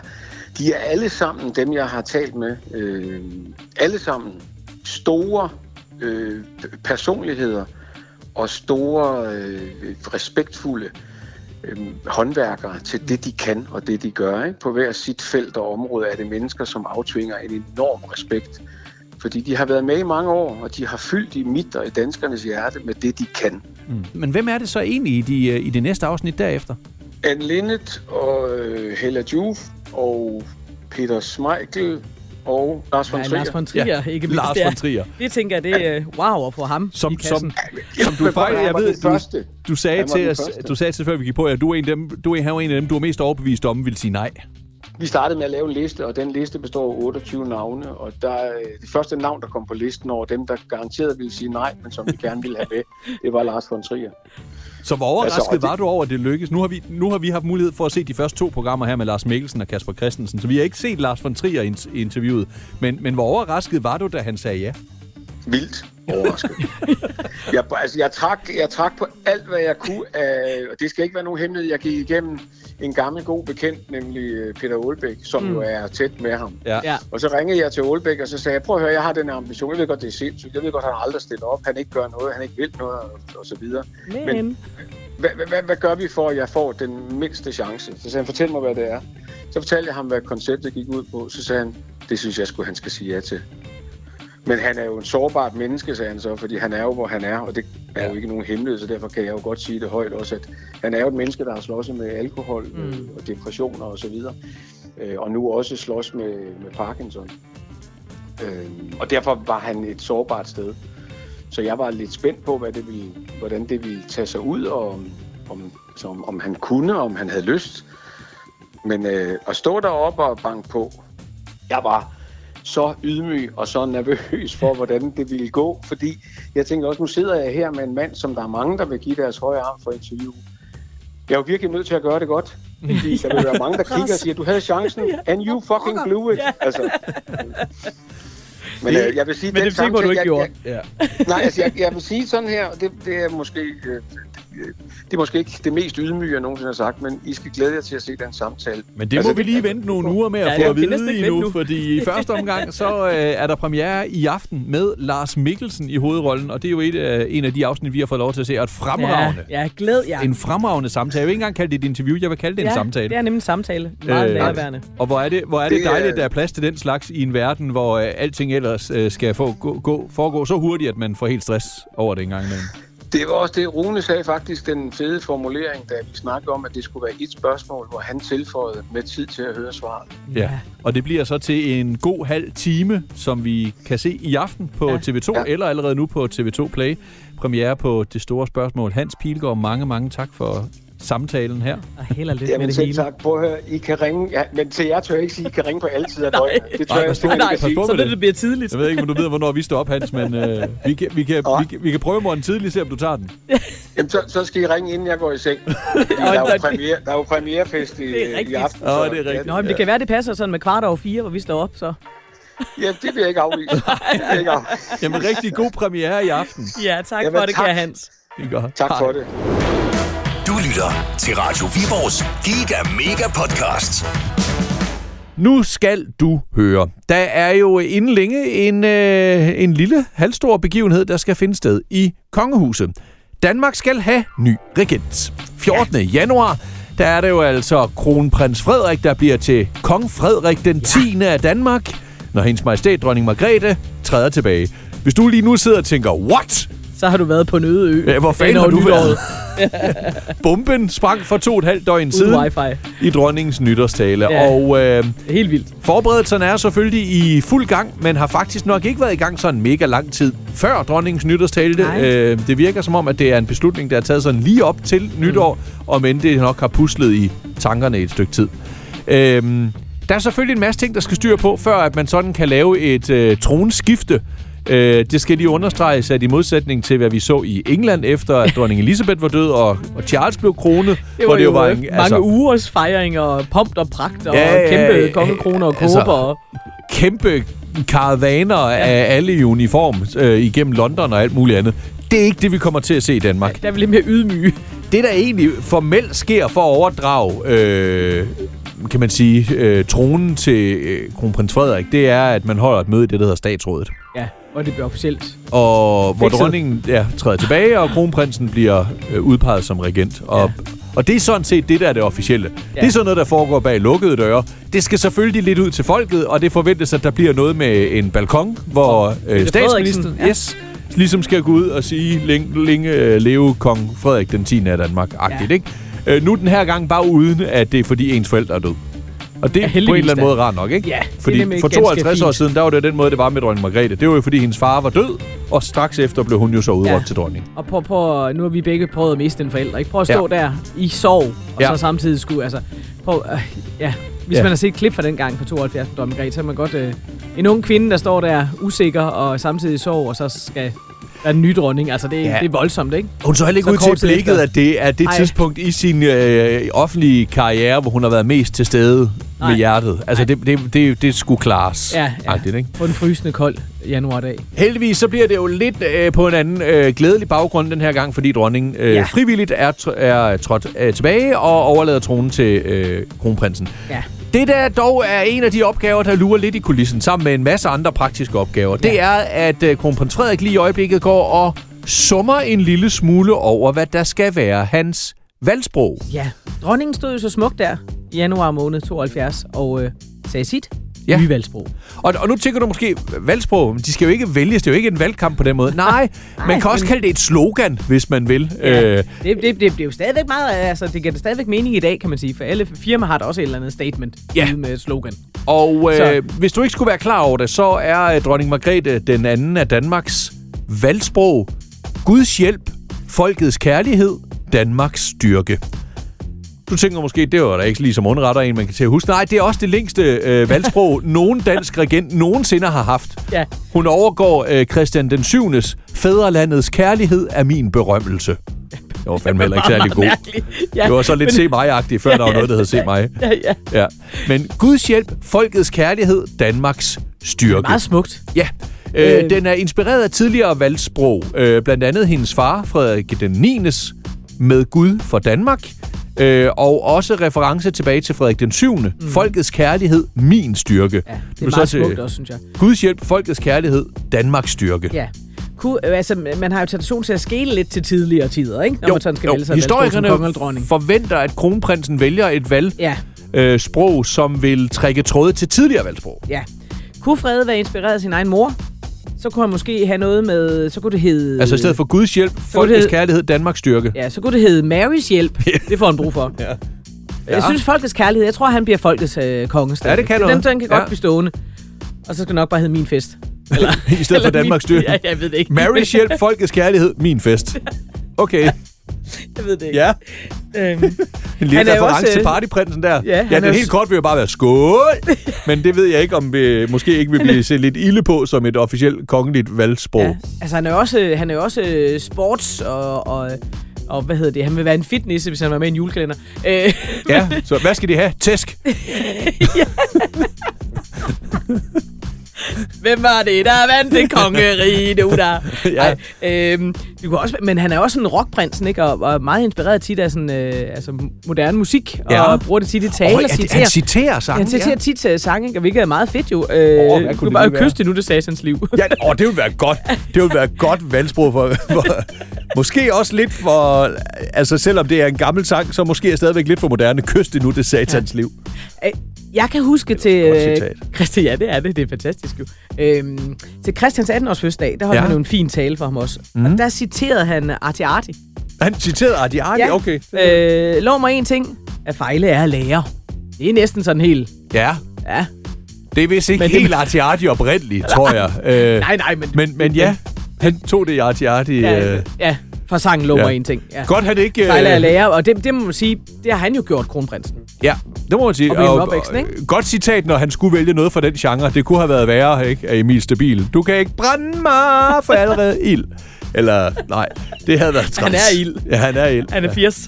Speaker 6: de er alle sammen, dem jeg har talt med, øh, alle sammen store øh, p- personligheder og store, øh, respektfulde øh, håndværkere til det, de kan og det, de gør. Ikke? På hver sit felt og område er det mennesker, som aftvinger en enorm respekt. Fordi de har været med i mange år, og de har fyldt i mit og i danskernes hjerte med det, de kan.
Speaker 3: Men hvem er det så egentlig i, de, øh, i det næste afsnit derefter?
Speaker 6: Anne Linnet og øh, Hella Juf og Peter Schmeichel og Lars von
Speaker 2: Nej,
Speaker 6: Trier.
Speaker 2: Lars von Trier, ja. ikke mindst.
Speaker 3: Lars
Speaker 2: ja.
Speaker 3: von Trier.
Speaker 2: Det tænker jeg, det er øh, wow at få ham i
Speaker 3: Som,
Speaker 2: kassen.
Speaker 3: som, som du
Speaker 6: Men prøv
Speaker 3: faktisk,
Speaker 6: at høre,
Speaker 3: jeg
Speaker 6: han var
Speaker 3: ved,
Speaker 6: den
Speaker 3: du,
Speaker 6: første.
Speaker 3: du, sagde
Speaker 6: Han var
Speaker 3: til
Speaker 6: den
Speaker 3: os,
Speaker 6: første.
Speaker 3: du sagde til os, før vi gik på, at du er en af dem, du er, han var en af dem, du er mest overbevist om, vil sige nej.
Speaker 6: Vi startede med at lave en liste, og den liste består af 28 navne. Og der, øh, det første navn, der kom på listen over dem, der garanteret ville sige nej, men som vi gerne ville have med, det var Lars von Trier.
Speaker 3: Så hvor overrasket
Speaker 6: Altså, og
Speaker 3: altså,
Speaker 6: det-
Speaker 3: var du over, at det lykkedes? Nu har, vi, nu har vi haft mulighed for at se de første to programmer her med Lars Mikkelsen og Kasper Christensen, så vi har ikke set Lars von Trier i in- interviewet. Men, men hvor overrasket var du, da han sagde ja?
Speaker 6: vildt overrasket. jeg, altså, jeg, trak, jeg trak på alt, hvad jeg kunne. Af, og det skal ikke være nogen hemmelighed. Jeg gik igennem en gammel god bekendt, nemlig øh, Peter Aalbæk, som mm. jo er tæt med ham.
Speaker 2: Ja.
Speaker 6: Og så ringede jeg til Aalbæk, og så sagde jeg, prøv at høre, jeg har den her ambition. Jeg ved godt, det er sindssygt. Jeg ved godt, han aldrig stiller op. Han ikke gør noget. Han ikke vil noget, og, og så videre.
Speaker 2: Men,
Speaker 6: Men- Hvad, hvad, hvad, hvad gør vi for, at jeg får den mindste chance? Så sagde han, fortæl mig, hvad det er. Så fortalte jeg ham, hvad konceptet gik ud på. Så sagde han, det synes jeg skulle han skal sige ja til. Men han er jo en sårbart menneske, sagde han så, fordi han er jo, hvor han er, og det er jo ikke nogen hemmelighed, så derfor kan jeg jo godt sige det højt også, at han er jo et menneske, der har slås med alkohol
Speaker 2: Mm.
Speaker 6: mm. og depressioner og så videre, øh, og nu også slås med, med Parkinson. Øhm, og derfor var han et sårbart sted. Så jeg var lidt spændt på, hvad det ville, hvordan det ville tage sig ud, og om, om, altså om, om han kunne, og om han havde lyst. Men øh, at stå deroppe og banke på, jeg var så ydmyg og så nervøs for, hvordan det ville gå, fordi jeg tænkte også, nu sidder jeg her med en mand, som der er mange, der vil give deres højre arm for interview. Jeg er jo virkelig nødt til at gøre det godt, fordi der vil være mange, der kigger og siger, du havde chancen, and you fucking blew it. Altså. Men øh, jeg vil sige,
Speaker 3: men
Speaker 6: den
Speaker 3: det fik, hvor du
Speaker 6: samtale,
Speaker 3: ikke
Speaker 6: jeg,
Speaker 3: gjorde.
Speaker 6: Jeg,
Speaker 3: Ja.
Speaker 6: Nej, altså jeg, jeg vil sige sådan her, og det, det er måske... Øh, det er måske ikke det mest ydmyge, jeg nogensinde har sagt, men I skal glæde jer til at se den samtale.
Speaker 3: Men det altså,
Speaker 6: Altså,
Speaker 3: må vi
Speaker 6: det-
Speaker 3: lige vente nogle uger med at
Speaker 2: Ja,
Speaker 3: ja, få
Speaker 2: det kan
Speaker 3: at
Speaker 2: næsten
Speaker 3: vide
Speaker 2: ikke vente
Speaker 3: endnu,
Speaker 2: nu.
Speaker 3: fordi i første omgang, så øh, er der premiere i aften med Lars Mikkelsen i hovedrollen, og det er jo et, øh, en af de afsnit, vi har fået lov til at se, og et fremragende.
Speaker 2: ja, ja, glæd jer.
Speaker 3: En fremragende samtale. Jeg vil ikke engang kalde det et interview, jeg vil kalde det en
Speaker 2: ja,
Speaker 3: samtale.
Speaker 2: det er nemlig en samtale. Meget øh, nærværende.
Speaker 3: Og hvor er det, hvor er det,
Speaker 6: Det er-
Speaker 3: dejligt, at der er plads til den slags i en verden, hvor øh, alting ellers øh, skal få, gå, gå, foregå så hurtigt, at man får helt stress over det en gang imellem.
Speaker 6: Det var også det, Rune sagde faktisk, den fede formulering, da vi snakkede om, at det skulle være et spørgsmål, hvor han tilføjede med tid til at høre svaret.
Speaker 3: Ja. ja. Og det bliver så til en god halv time, som vi kan se i aften på ja. TV2, ja.
Speaker 6: Ja.
Speaker 3: eller allerede nu på TV2 Play. Premiere på Det Store Spørgsmål. Hans Pilgaard, mange, mange tak for samtalen her.
Speaker 2: Og held og lykke med
Speaker 6: Jamen
Speaker 2: det
Speaker 6: selv
Speaker 2: hele.
Speaker 6: tak. Prøv at høre, I kan ringe. Ja, men til jer tør jeg ikke sige, at I kan ringe på alle tider af døgnet. Det tør
Speaker 3: Nej, pas
Speaker 6: jeg
Speaker 3: på.
Speaker 6: simpelthen
Speaker 2: Nej,
Speaker 6: ikke at sige.
Speaker 3: på
Speaker 2: så
Speaker 3: med
Speaker 2: det,
Speaker 3: det.
Speaker 2: det bliver tidligt.
Speaker 3: Jeg ved ikke, om du ved, hvornår vi står op, Hans, men øh, vi, kan, vi, kan, vi, kan, vi kan prøve i morgen tidlig, se om du tager den.
Speaker 6: Jamen, så, så skal I ringe, inden jeg går i seng. Fordi der, er jo premiere, der er jo premierefest i,
Speaker 2: Det er rigtigt.
Speaker 6: i aften.
Speaker 3: Åh,
Speaker 6: så-
Speaker 3: det er rigtigt.
Speaker 2: Nå, men det kan være, det passer sådan med kvart over fire, hvor vi står op, så.
Speaker 6: Ja, det vil jeg ikke afvise. Det vil jeg ikke afvise.
Speaker 3: Jamen, rigtig god premiere i aften.
Speaker 2: Ja, tak
Speaker 6: Jamen,
Speaker 2: for det,
Speaker 6: tak.
Speaker 2: kære Hans.
Speaker 3: Det er godt.
Speaker 6: Tak for det.
Speaker 1: Du lytter til Radio Viborgs Giga Mega Podcast.
Speaker 3: Nu skal du høre. Der er jo inden længe en, øh, en lille halvstor begivenhed, der skal finde sted i Kongehuset. Danmark skal have ny regent. 14. Ja. januar, der er det jo altså kronprins Frederik, der bliver til kong Frederik den 10. af Danmark, når hendes majestæt dronning Margrethe træder tilbage. Hvis du lige nu sidder og tænker, what?
Speaker 2: Så har du været på en øde ø.
Speaker 3: Ja, hvor fanden
Speaker 2: Hen over
Speaker 3: har du
Speaker 2: nytåret,
Speaker 3: været? Bomben sprang for to og et halvt døgn
Speaker 2: Uden
Speaker 3: siden
Speaker 2: wifi.
Speaker 3: i dronningens nytårstale.
Speaker 2: Ja.
Speaker 3: Ja. Og øh,
Speaker 2: Det er helt vildt.
Speaker 3: Forberedelserne er selvfølgelig i fuld gang, men har faktisk nok ikke været i gang sådan mega lang tid før dronningens nytårstale.
Speaker 2: Nej.
Speaker 3: Øh, det virker som om, at det er en beslutning, der er taget sådan lige op til nytår,
Speaker 2: Mm.
Speaker 3: om end det nok har puslet i tankerne et stykke tid. Øhm, der er selvfølgelig en masse ting, der skal styre på, før at man sådan kan lave et øh, tronskifte. Øh, det skal lige understreges, at i modsætning til, hvad vi så i England, efter at dronning Elisabeth var død, og, og Charles blev kronet,
Speaker 2: Det var, det jo var en, mange altså, ugers fejring og pompt og pragt og
Speaker 3: Ja, ja, ja,
Speaker 2: kæmpe
Speaker 3: ja, ja,
Speaker 2: kongekroner og
Speaker 3: altså,
Speaker 2: kåber. og-
Speaker 3: kæmpe karavaner ja. af alle i uniform øh, igennem London og alt muligt andet. Det er ikke det, vi kommer til at se i Danmark.
Speaker 2: Der er vi lidt mere ydmyge.
Speaker 3: Det, der egentlig formelt sker for at overdrage, øh, kan man sige, øh, tronen til øh, kronprins Frederik, det er, at man holder et møde i det, der hedder statsrådet.
Speaker 2: Ja, og det bliver officielt.
Speaker 3: Og hvor
Speaker 2: Fikset.
Speaker 3: dronningen ja, træder tilbage, og kronprinsen bliver øh, udpeget som regent. Og, ja. og det er sådan set det, der er det officielle. Ja. Det er sådan noget, der foregår bag lukkede døre. Det skal selvfølgelig lidt ud til folket, og det forventes, at der bliver noget med en balkon, hvor øh, statsministeren
Speaker 2: Frederiksen,
Speaker 3: ja. yes, ligesom skal gå ud og sige, længe, længe øh, leve kong Frederik den 10. af Danmark-agtigt.
Speaker 2: Ja.
Speaker 3: Ja. Ikke? Øh, nu den her gang bare uden, at det er fordi ens forældre er død. Og det er på en
Speaker 2: heldigvis
Speaker 3: eller anden
Speaker 2: da.
Speaker 3: måde rart nok, ikke?
Speaker 2: Ja, det er
Speaker 3: Fordi
Speaker 2: nemlig
Speaker 3: for
Speaker 2: ganske
Speaker 3: 52 år
Speaker 2: fint.
Speaker 3: siden, der var det den måde, det var med dronning Margrethe. Det var jo fordi, hendes far var død, og straks efter blev hun jo så udråbt
Speaker 2: Ja.
Speaker 3: ja. til dronning.
Speaker 2: Og prøv, prøv, nu har vi begge prøvet at miste en forælder. Ikke? Prøv at stå ja. der i sorg, og ja.
Speaker 3: Ja.
Speaker 2: så samtidig skulle... Altså, prøv, øh, ja. Hvis
Speaker 3: Ja.
Speaker 2: ja. man har set et klip fra den gang på 72 med Dronning Margrethe, så er man godt... Øh, en ung kvinde, der står der usikker og samtidig i sorg, og så skal Der er en ny dronning. Altså, det,
Speaker 3: Ja.
Speaker 2: ja. det er voldsomt, ikke?
Speaker 3: Hun så heller ikke
Speaker 2: Så
Speaker 3: ud til
Speaker 2: kort tid
Speaker 3: blikket,
Speaker 2: efter.
Speaker 3: at det er det Ej.
Speaker 2: Ej.
Speaker 3: tidspunkt i sin øh, offentlige karriere, hvor hun har været mest til stede Nej.
Speaker 2: Nej.
Speaker 3: med hjertet. Altså, det, det, det, det skulle klares.
Speaker 2: Ja, ja.
Speaker 3: Agtigt, ikke?
Speaker 2: På en frysende kold januardag.
Speaker 3: Heldigvis så bliver det jo lidt øh, på en anden øh, glædelig baggrund den her gang, fordi dronningen øh, ja.
Speaker 2: Ja.
Speaker 3: frivilligt er, tr- er trådt øh, tilbage og overlader tronen til øh, kronprinsen.
Speaker 2: Ja.
Speaker 3: Det der dog er en af de opgaver, der lurer lidt i kulissen, sammen med en masse andre praktiske opgaver, ja. det er, at øh, kronprins Frederik lige i øjeblikket går og summer en lille smule over, hvad der skal være hans valgsprog.
Speaker 2: Ja. Dronningen stod jo så smukt der i januar måned 72 og øh, sagde sit
Speaker 3: Ja.
Speaker 2: ja. nye valgsprog.
Speaker 3: Og, og nu tænker du måske, valgsprog, men de skal jo ikke vælges, det er jo ikke en valgkamp på den måde. Nej, man kan også
Speaker 2: men-
Speaker 3: kalde det et slogan, hvis man vil. Øh,
Speaker 2: Ja. Det, det, det, det er jo stadigvæk meget, altså det giver da stadigvæk mening i dag, kan man sige, for alle firmaer har da også et eller andet statement
Speaker 3: Ja.
Speaker 2: ja. med et slogan.
Speaker 3: Og øh,
Speaker 2: Så-
Speaker 3: hvis du ikke skulle være klar over det, så er øh, dronning Margrethe den anden af Danmarks valgsprog. Guds hjælp, folkets kærlighed, Danmarks styrke. Du tænker måske, det var da ikke lige som underretter en, man kan til at huske. Nej, det er også det længste øh, valgsprog, nogen dansk regent nogensinde har haft.
Speaker 2: Ja.
Speaker 3: Hun overgår øh, Christian den 7. Fædrelandets kærlighed er min berømmelse. Det var fandme heller ikke særlig god.
Speaker 2: Ja.
Speaker 3: Det var så lidt se mig-agtigt, før der var noget, der hed se mig.
Speaker 2: Ja, ja.
Speaker 3: Ja. Men Guds hjælp, folkets kærlighed, Danmarks styrke.
Speaker 2: Meget smukt.
Speaker 3: Ja. Øh,
Speaker 2: Øh.
Speaker 3: Den er inspireret af tidligere valgsprog. Øh, blandt andet hendes far, Frederik den 9. med Gud for Danmark. Øh, og også reference tilbage til Frederik den 7. Mm. Folkets kærlighed, min styrke.
Speaker 2: Ja, det
Speaker 3: Du
Speaker 2: er
Speaker 3: så
Speaker 2: meget
Speaker 3: til-
Speaker 2: smukt også, synes jeg.
Speaker 3: Guds hjælp, folkets kærlighed, Danmarks styrke.
Speaker 2: Ja. Ku, øh, altså, man har jo tradition til at skele lidt til tidligere tider, ikke? Når man sådan skal vælge sig
Speaker 3: historikerne
Speaker 2: valgsprog som konge eller dronning.
Speaker 3: forventer, at kronprinsen vælger et valgsprog,
Speaker 2: Ja,
Speaker 3: øh, sprog, som vil trække tråde til tidligere valgsprog.
Speaker 2: ja. Kunne Frede være inspireret af sin egen mor? Så kunne han måske have noget med... Så kunne det hedde...
Speaker 3: Altså i stedet for Guds hjælp, folkets
Speaker 2: hed-
Speaker 3: kærlighed, Danmarks styrke.
Speaker 2: Ja, så kunne det hedde Marys hjælp. Det får han brug for. ja.
Speaker 3: Ja.
Speaker 2: Jeg synes, folkets kærlighed... Jeg tror, han bliver folkets øh, konge stadig.
Speaker 3: Ja, det kan
Speaker 2: Den,
Speaker 3: noget.
Speaker 2: den kan
Speaker 3: Ja.
Speaker 2: godt blive stående. Og så skal det nok bare hedde Min Fest.
Speaker 3: I stedet for
Speaker 2: Eller
Speaker 3: Danmarks
Speaker 2: min,
Speaker 3: styrke.
Speaker 2: ja, jeg ved det ikke.
Speaker 3: Marys hjælp, folkets kærlighed, min fest. Okay,
Speaker 2: jeg ved det ikke.
Speaker 3: ja. Oh.
Speaker 2: Øhm,
Speaker 3: En lille
Speaker 2: Han er jo
Speaker 3: reference
Speaker 2: også,
Speaker 3: til
Speaker 2: øh,
Speaker 3: partyprinsen der.
Speaker 2: ja, han
Speaker 3: ja
Speaker 2: er
Speaker 3: den
Speaker 2: jo
Speaker 3: helt
Speaker 2: s-
Speaker 3: kort vil jo bare være skål. Men det ved jeg ikke, om vi måske ikke vil blive set lidt ilde på som et officielt kongeligt valgsprog.
Speaker 2: Ja, altså han er jo også, han er jo også øh, sports og, og, og, hvad hedder det, han vil være en fitness, hvis han var med i en julekalender. Øh,
Speaker 3: Ja, så hvad skal de have? Tæsk.
Speaker 2: hvem var det, der vandt det kongerige nu der?
Speaker 3: Ja.
Speaker 2: øh, det kunne også, men han er også en rockprinsen, ikke? Og, og meget inspireret tit af sådan, øh, altså, moderne musik,
Speaker 3: Ja.
Speaker 2: ja. og bruger det tit i tale oh,
Speaker 3: Åh,
Speaker 2: og
Speaker 3: ja, det-
Speaker 2: citerer.
Speaker 3: han citerer sangen.
Speaker 2: han citerer
Speaker 3: ja.
Speaker 2: tit uh, sange, ikke? Og hvilket er meget fedt jo. Øh,
Speaker 3: kunne
Speaker 2: oh,
Speaker 3: det
Speaker 2: du
Speaker 3: lige
Speaker 2: kan bare
Speaker 3: være?
Speaker 2: kysse det nu, det sagde hans liv.
Speaker 3: Ja, åh, det ville være godt. Det ville være godt valgsprog for, for... Måske også lidt for... Altså, selvom det er en gammel sang, så måske er stadigvæk lidt for moderne. Kys det nu, det satans liv.
Speaker 2: Øh, Jeg kan huske til...
Speaker 3: godt
Speaker 2: øh,
Speaker 3: citat.
Speaker 2: Christian, ja, det er det. Det er fantastisk jo. Øhm, til Christians 18-års fødselsdag, der holdt ja.
Speaker 3: Ja. Mhm.
Speaker 2: han jo en fin tale for ham også. Mm. Og der citerede han Arti Arti.
Speaker 3: Han citerede Ardi Ardi, ja. Ah, okay.
Speaker 2: Øh, lov mig en ting. At fejle er at lære. Det er næsten sådan helt...
Speaker 3: Ja,
Speaker 2: Ja.
Speaker 3: det er vist ikke
Speaker 2: Men det-
Speaker 3: helt Arti Arti oprindeligt, tror jeg. Øh,
Speaker 2: Nej, nej, men...
Speaker 3: men, men ja, han tog det i Arti Arti.
Speaker 2: Ja,
Speaker 3: Øh.
Speaker 2: ja for sangen lov
Speaker 3: ja.
Speaker 2: mig en ting. Ja.
Speaker 3: Godt han ikke... øh,
Speaker 2: Fejle er at lære. Og det, det må man sige, det har han jo gjort, kronprinsen.
Speaker 3: ja, det må man sige. øh,
Speaker 2: Og Brian Opvæksten, ikke?
Speaker 3: godt citat, når han skulle vælge noget fra den genre. Det kunne have været værre, ikke? Af Emil Stabil. Du kan ikke brænde mig for allerede ild. Eller, nej, det havde været træls.
Speaker 2: er ild.
Speaker 3: Ja, han er ild.
Speaker 2: Han er 80.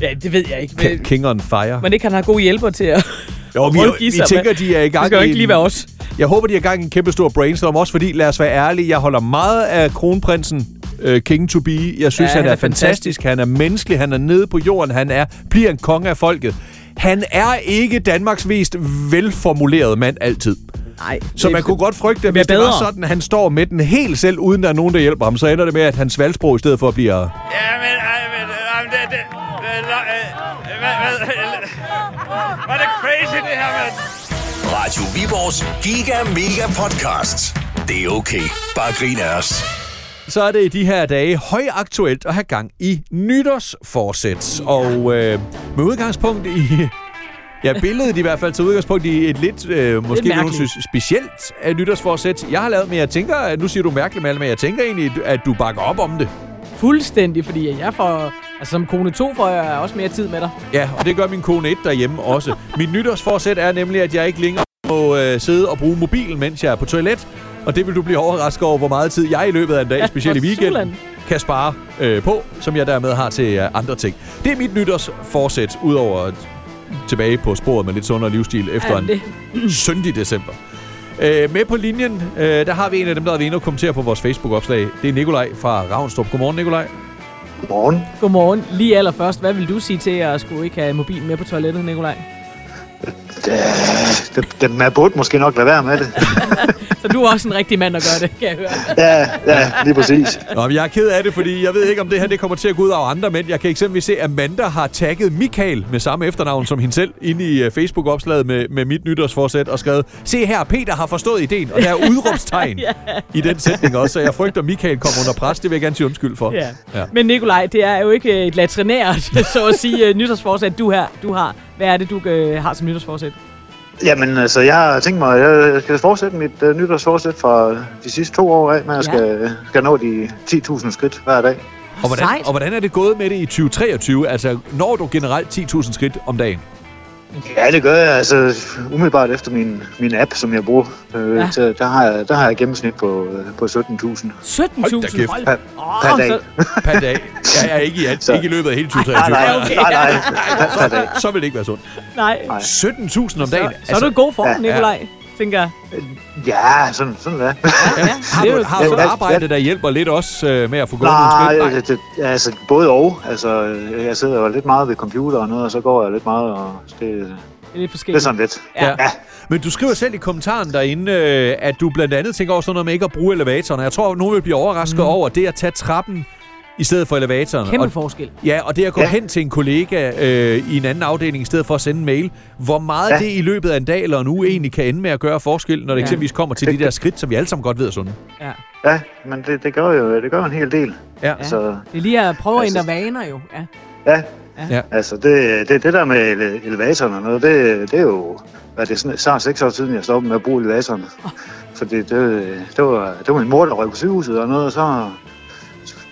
Speaker 2: Ja, det ved jeg ikke.
Speaker 3: King-
Speaker 2: Men,
Speaker 3: King on fire.
Speaker 2: men ikke, han har gode hjælper til at...
Speaker 3: Jo, vi,
Speaker 2: rådgive
Speaker 3: vi
Speaker 2: sig
Speaker 3: tænker,
Speaker 2: med.
Speaker 3: de er i gang
Speaker 2: Det skal jo
Speaker 3: i
Speaker 2: ikke
Speaker 3: en-
Speaker 2: lige være os.
Speaker 3: Jeg håber, de er i gang i en kæmpe stor brainstorm, også fordi, lad os være ærlige, jeg holder meget af kronprinsen øh, King to be. Jeg synes, ja, han, er, er fantastisk. Han er menneskelig. Han er nede på jorden. Han er bliver en konge af folket. Han er ikke Danmarks mest velformulerede mand altid.
Speaker 2: Nej.
Speaker 3: Så
Speaker 2: det-
Speaker 3: man kunne godt frygte, at
Speaker 2: bliver
Speaker 3: hvis det var
Speaker 2: bedre.
Speaker 3: sådan, at han står med den helt selv, uden der er nogen, der hjælper ham, så ender det med, at hans valgsprog i stedet for bliver...
Speaker 7: Jamen, jamen, jamen, øh, det, det, det, lo- øh, hvad, hvad, øh, var det crazy det her, mand?
Speaker 1: Radio Viborgs Giga Mega Podcast. Det er okay. Bare grin af os.
Speaker 3: så er det i de her dage højaktuelt at have gang i nytårsforsæt. Og øh, med udgangspunkt i... Ja, billedet i hvert fald til udgangspunkt i et lidt, øh, måske nogen
Speaker 2: mærkeligt.
Speaker 3: synes, specielt af nytårsforsæt. Jeg har lavet, men jeg tænker, at nu siger du mærkeligt, Malte, men jeg tænker egentlig, at du bakker op om det.
Speaker 2: Fuldstændig, fordi jeg får... Altså, som kone 2 får jeg også mere tid med dig.
Speaker 3: Ja, og det gør min kone 1 derhjemme også. Mit nytårsforsæt er nemlig, at jeg ikke længere må øh, sidde og bruge mobilen, mens jeg er på toilet. Og det vil du blive overrasket over, hvor meget tid jeg i løbet af en dag,
Speaker 2: Ja,
Speaker 3: specielt i
Speaker 2: for
Speaker 3: weekenden,
Speaker 2: sulan.
Speaker 3: kan spare øh, på, som jeg dermed har til øh, andre ting. Det er mit nytårsforsæt, udover at tilbage på sporet med lidt sundere livsstil efter
Speaker 2: Ja,
Speaker 3: en
Speaker 2: det-
Speaker 3: søndag december. Øh, med på linjen, øh, der har vi en af dem, der har været inde og kommentere på vores Facebook-opslag. Det er Nikolaj fra Ravnstrup. Godmorgen, Nikolaj.
Speaker 8: Morgen.
Speaker 2: Godmorgen. Lige allerførst, hvad vil du sige til at skulle ikke have mobilen med på toilettet, Nikolaj?
Speaker 8: Den, man burde måske nok lade være med det.
Speaker 2: Så du er også en rigtig mand at gøre det, kan jeg høre.
Speaker 8: Ja, ja, lige præcis.
Speaker 3: Nå, men jeg er ked af det, fordi jeg ved ikke, om det her det kommer til at gå ud over andre mænd. Jeg kan eksempelvis se, at Amanda har tagget Michael med samme efternavn som hende selv inde i øh, Facebook-opslaget med, med mit nytårsforsæt og skrevet, se her, Peter har forstået ideen, og der er udråbstegn i den sætning også, så jeg frygter, Michael kommer under pres. Det vil jeg gerne sige undskyld for.
Speaker 2: Ja.
Speaker 3: Ja.
Speaker 2: Men Nikolaj, det er jo ikke øh, et latrinært, så at sige, øh, nytårsforsæt, du her, du har. Hvad er det, du øh, har som nytårsforsæt?
Speaker 8: Jamen, altså, jeg har tænkt mig, at jeg skal fortsætte mit uh, nytårsforsæt fra de sidste to år af, men jeg
Speaker 2: Ja.
Speaker 8: skal, skal nå de 10.000 skridt hver dag.
Speaker 3: Og hvordan,
Speaker 2: Sejt.
Speaker 3: og hvordan er det gået med det i 2023? Altså, når du generelt 10.000 skridt om dagen?
Speaker 8: Ja, det gør jeg. Altså, umiddelbart efter min, min app, som jeg bruger, øh,
Speaker 2: Ja.
Speaker 8: ja. så, der, har jeg, der har jeg et gennemsnit på, øh, på 17.000
Speaker 2: 17.000
Speaker 3: kæft.
Speaker 2: hold.
Speaker 8: per, per
Speaker 2: Åh,
Speaker 8: dag.
Speaker 2: så,
Speaker 3: Per dag? Ja, ja, ikke i, alt,
Speaker 8: Så-
Speaker 3: ikke i løbet af hele 2023.
Speaker 8: Nej, nej,
Speaker 2: okay.
Speaker 8: nej, nej, per, per dag.
Speaker 3: Så vil det ikke være sundt.
Speaker 2: nej.
Speaker 8: Nej.
Speaker 3: 17.000 om
Speaker 2: Så,
Speaker 3: dagen?
Speaker 2: så er du i god form,
Speaker 8: Ja, ja.
Speaker 2: Nikolaj, tænker jeg.
Speaker 8: Ja, sådan, sådan er det.
Speaker 2: Ja,
Speaker 3: Har
Speaker 2: det er
Speaker 3: du,
Speaker 2: jo-
Speaker 3: har du et
Speaker 8: Ja, ja.
Speaker 3: arbejde, der hjælper lidt også øh, med at få gået nogle
Speaker 8: Nej,
Speaker 3: skridt?
Speaker 8: det, det, altså både og. Altså, øh, jeg sidder jo lidt meget ved computer og noget, og så går jeg lidt meget, og det,
Speaker 2: Det er lidt
Speaker 8: det er
Speaker 2: forskelligt.
Speaker 8: sådan lidt.
Speaker 2: Ja.
Speaker 3: Ja. Men du skriver selv i kommentaren derinde, øh, at du blandt andet tænker over sådan noget med ikke at bruge elevatoren. Og Jeg tror, at nogen vil blive overrasket mm. over det at tage trappen i stedet for elevatoren.
Speaker 2: Kæmpe
Speaker 3: og,
Speaker 2: forskel.
Speaker 3: Ja, og det at gå ja.
Speaker 8: Ja.
Speaker 3: hen til en kollega øh, i en anden afdeling i stedet for at sende en mail. Hvor meget ja.
Speaker 8: Ja.
Speaker 3: det i løbet af en dag eller en uge egentlig kan ende med at gøre forskel, når det
Speaker 2: Ja.
Speaker 3: ja. eksempelvis kommer til de der skridt, som vi alle sammen godt ved er sunde.
Speaker 2: Ja.
Speaker 8: Ja, men det, det gør jo det gør jo en hel del.
Speaker 3: Ja.
Speaker 2: Ja.
Speaker 8: Så
Speaker 2: Det er lige at prøve at
Speaker 8: Altså-
Speaker 2: ændre vaner jo. Ja.
Speaker 8: ja,
Speaker 3: Ja.
Speaker 8: ja. altså det, det, det der med ele- elevatoren og noget, det, det er jo, hvad det er, sådan- snart seks år siden, jeg stoppede med at bruge elevatoren. For det, det, det, var, det var min mor, der røg på sygehuset og noget, og så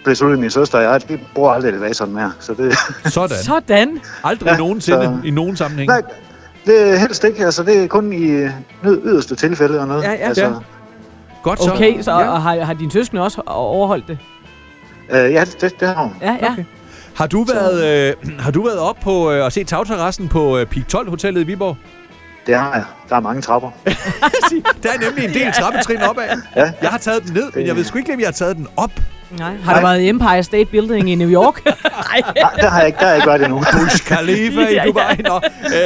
Speaker 8: blev selvfølgelig min søster og jeg, vi bruger aldrig elevatoren mere. Så det,
Speaker 3: Sådan.
Speaker 2: Sådan.
Speaker 3: Aldrig ja,
Speaker 8: Ja,
Speaker 3: nogensinde
Speaker 8: så-
Speaker 3: i nogen sammenhæng.
Speaker 8: nej, det er helst ikke, altså det er kun i øh, nød, yderste tilfælde og noget.
Speaker 2: Ja, ja.
Speaker 8: altså,
Speaker 3: Ja. Godt så.
Speaker 2: Okay, så
Speaker 3: Ja.
Speaker 2: og har, har dine søskende også overholdt det?
Speaker 8: Øh, ja, det, det har hun.
Speaker 2: Ja, ja.
Speaker 3: Okay. Har du været, øh, har du været op på øh, og set tagterrassen på øh, Peak 12 Hotellet i Viborg?
Speaker 8: Det har jeg. Der er mange trapper.
Speaker 3: Der er nemlig en del trappetrin opad.
Speaker 8: Ja.
Speaker 3: Jeg har taget den ned, men jeg ved sgu ikke, om jeg har taget den op.
Speaker 2: Nej. Har der været i Empire State Building i New York? Nej.
Speaker 8: Nej, der har jeg ikke, der har jeg ikke været endnu.
Speaker 3: Burj Khalifa
Speaker 2: Ja,
Speaker 3: i
Speaker 2: ja.
Speaker 3: Dubai. Nå,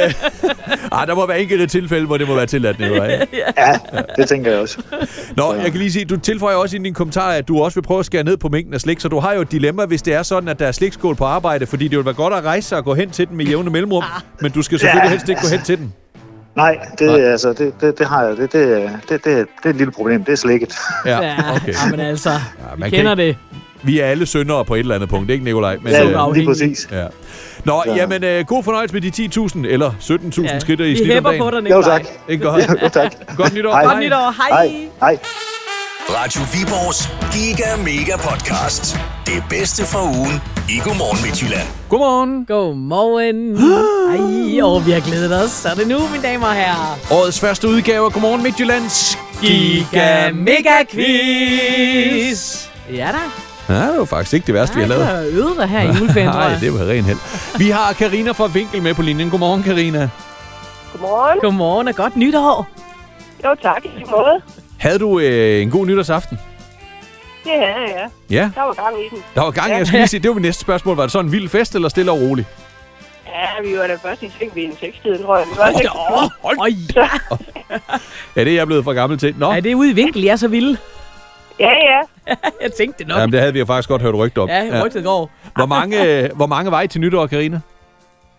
Speaker 3: øh, ej, der må være enkelte tilfælde, hvor det må være tilladt, Nicolaj.
Speaker 8: Ja, det tænker jeg også.
Speaker 3: Nå, jeg kan lige sige, du tilføjer også i din kommentar, at du også vil prøve at skære ned på mængden af slik, så du har jo et dilemma, hvis det er sådan, at der er slikskål på arbejde, fordi det vil være godt at rejse sig og gå hen til den med jævne mellemrum, men du skal selvfølgelig
Speaker 8: Ja.
Speaker 3: helst ikke gå hen til den.
Speaker 8: Nej, det,
Speaker 3: Nej.
Speaker 8: Altså, det, det, det har jeg. Det, det, det, det, det er et lille problem. Det er slikket.
Speaker 3: Ja, okay.
Speaker 2: Ja, men altså,
Speaker 3: Ja,
Speaker 2: vi
Speaker 3: man
Speaker 2: kender
Speaker 3: kan
Speaker 2: det.
Speaker 3: Vi er alle syndere på et eller andet punkt, ikke Nikolaj? Men,
Speaker 2: Ja,
Speaker 3: øh,
Speaker 2: jo.
Speaker 8: lige
Speaker 2: afhængig.
Speaker 8: præcis.
Speaker 3: Ja. Nå,
Speaker 8: Så-
Speaker 3: jamen, øh, god fornøjelse med de 10.000 eller 17.000 ja. skridt i
Speaker 2: vi
Speaker 3: snit om
Speaker 2: hæpper
Speaker 3: dagen.
Speaker 2: på dig, Nikolaj.
Speaker 8: Jo, tak.
Speaker 3: Det er godt.
Speaker 8: Jo, tak.
Speaker 3: Godt nytår.
Speaker 8: Hej.
Speaker 2: Godt nytår.
Speaker 8: Hej.
Speaker 2: Hej.
Speaker 8: Hej.
Speaker 1: Radio Viborgs Giga Mega Podcast. Det bedste fra ugen i Godmorgen Midtjylland.
Speaker 3: Godmorgen.
Speaker 2: Godmorgen. Ej, og vi har glædet os. Så er det nu, mine damer og herrer.
Speaker 3: Årets første udgave af Godmorgen Midtjyllands Giga Mega Quiz.
Speaker 2: Ja da.
Speaker 3: Ja, det var faktisk ikke det værste, vi
Speaker 2: Ej,
Speaker 3: har
Speaker 2: du
Speaker 3: lavet.
Speaker 2: har øvet dig her i juleferien, tror
Speaker 3: Nej,
Speaker 2: jeg.
Speaker 3: det var ren held. Vi har Karina fra Vinkel med på linjen. Godmorgen, Karina.
Speaker 9: Godmorgen.
Speaker 2: Godmorgen og godt nytår.
Speaker 9: Jo tak, i lige måde.
Speaker 3: Havde du øh, en god nytårsaften?
Speaker 9: Det havde jeg, ja.
Speaker 3: Ja,
Speaker 9: Der var gang i den.
Speaker 3: der var gang, i- jeg skulle lige sige, det var mit næste spørgsmål. Var det så en vild fest eller stille og rolig?
Speaker 9: Ja, vi var da først i seng ved en sekstid, tror jeg. Vi var seks-
Speaker 2: Åh, oj.
Speaker 3: Ja, det er jeg blevet for gammel til. Nå,
Speaker 2: Er det ude i vinkel, jeg er så vild?
Speaker 9: Ja, ja.
Speaker 2: Jeg tænkte det nok.
Speaker 3: jamen, det havde vi jo faktisk godt hørt rygter om.
Speaker 2: Ja, rygtet går.
Speaker 3: Hvor mange, øh, hvor mange var I til nytår, Karina?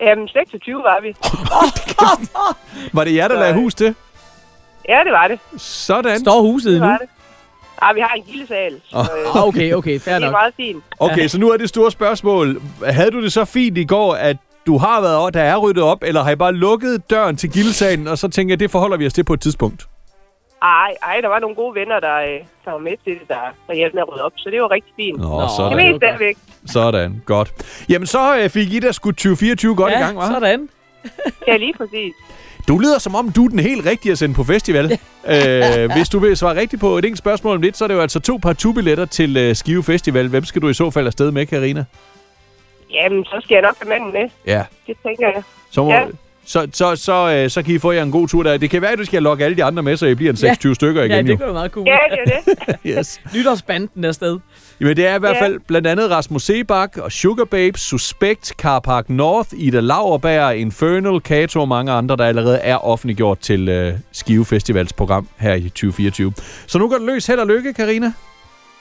Speaker 9: Jamen, 26 var vi.
Speaker 3: Var det jer, der lagde hus til?
Speaker 9: Ja, det var det.
Speaker 3: Sådan.
Speaker 2: Står huset
Speaker 9: Det
Speaker 2: nu?
Speaker 9: var det. Ah, vi har en gildesal, så øh,
Speaker 2: Ah, Okay, okay, fair
Speaker 9: det
Speaker 2: nok.
Speaker 9: er meget fint.
Speaker 3: Okay, så nu er det store spørgsmål. Havde du det så fint i går, at du har været over, der er ryddet op, eller har I bare lukket døren til gildesalen, og så tænker jeg, det forholder vi os til på et tidspunkt?
Speaker 9: Ej, ej, der var nogle gode venner, der, øh, der var med til det, der, der hjalp med at rydde op, så det var rigtig fint.
Speaker 3: Nå,
Speaker 2: Nå,
Speaker 3: Nå
Speaker 9: Det
Speaker 3: sådan.
Speaker 9: mener jeg stadigvæk.
Speaker 3: Sådan, godt. Jamen, så øh, fik I da skudt 2024 godt i gang, var?
Speaker 2: sådan.
Speaker 9: Ja, lige præcis.
Speaker 3: Du lyder som om, du er den helt rigtige at sende på festival. øh, hvis du vil svare rigtigt på et enkelt spørgsmål om lidt, så er det jo altså to par billetter til øh, Skive Festival. Hvem skal du i så fald afsted med, Karina?
Speaker 9: Jamen, så skal jeg nok have manden med.
Speaker 3: Ja,
Speaker 9: Det tænker jeg.
Speaker 3: så, må,
Speaker 9: Ja.
Speaker 3: så, så, så, øh, så kan I få jer en god tur der. Det kan være, at du skal lokke alle de andre med, så I bliver en 26 stykker igen.
Speaker 2: Ja,
Speaker 3: jo.
Speaker 2: det kunne være meget cool.
Speaker 9: Ja, det er det.
Speaker 3: Yes.
Speaker 2: Nytårsbanden er sted.
Speaker 3: Jamen, det er i hvert
Speaker 9: Ja.
Speaker 3: fald blandt andet Rasmus Sebak og Sugar Babes, Suspekt, Carpark North, Ida Lauerberg, Infernal, Kato og mange andre, der allerede er offentliggjort til øh, Skive Festivals program her i 2024. Så nu går det løs. Held og lykke, Karina.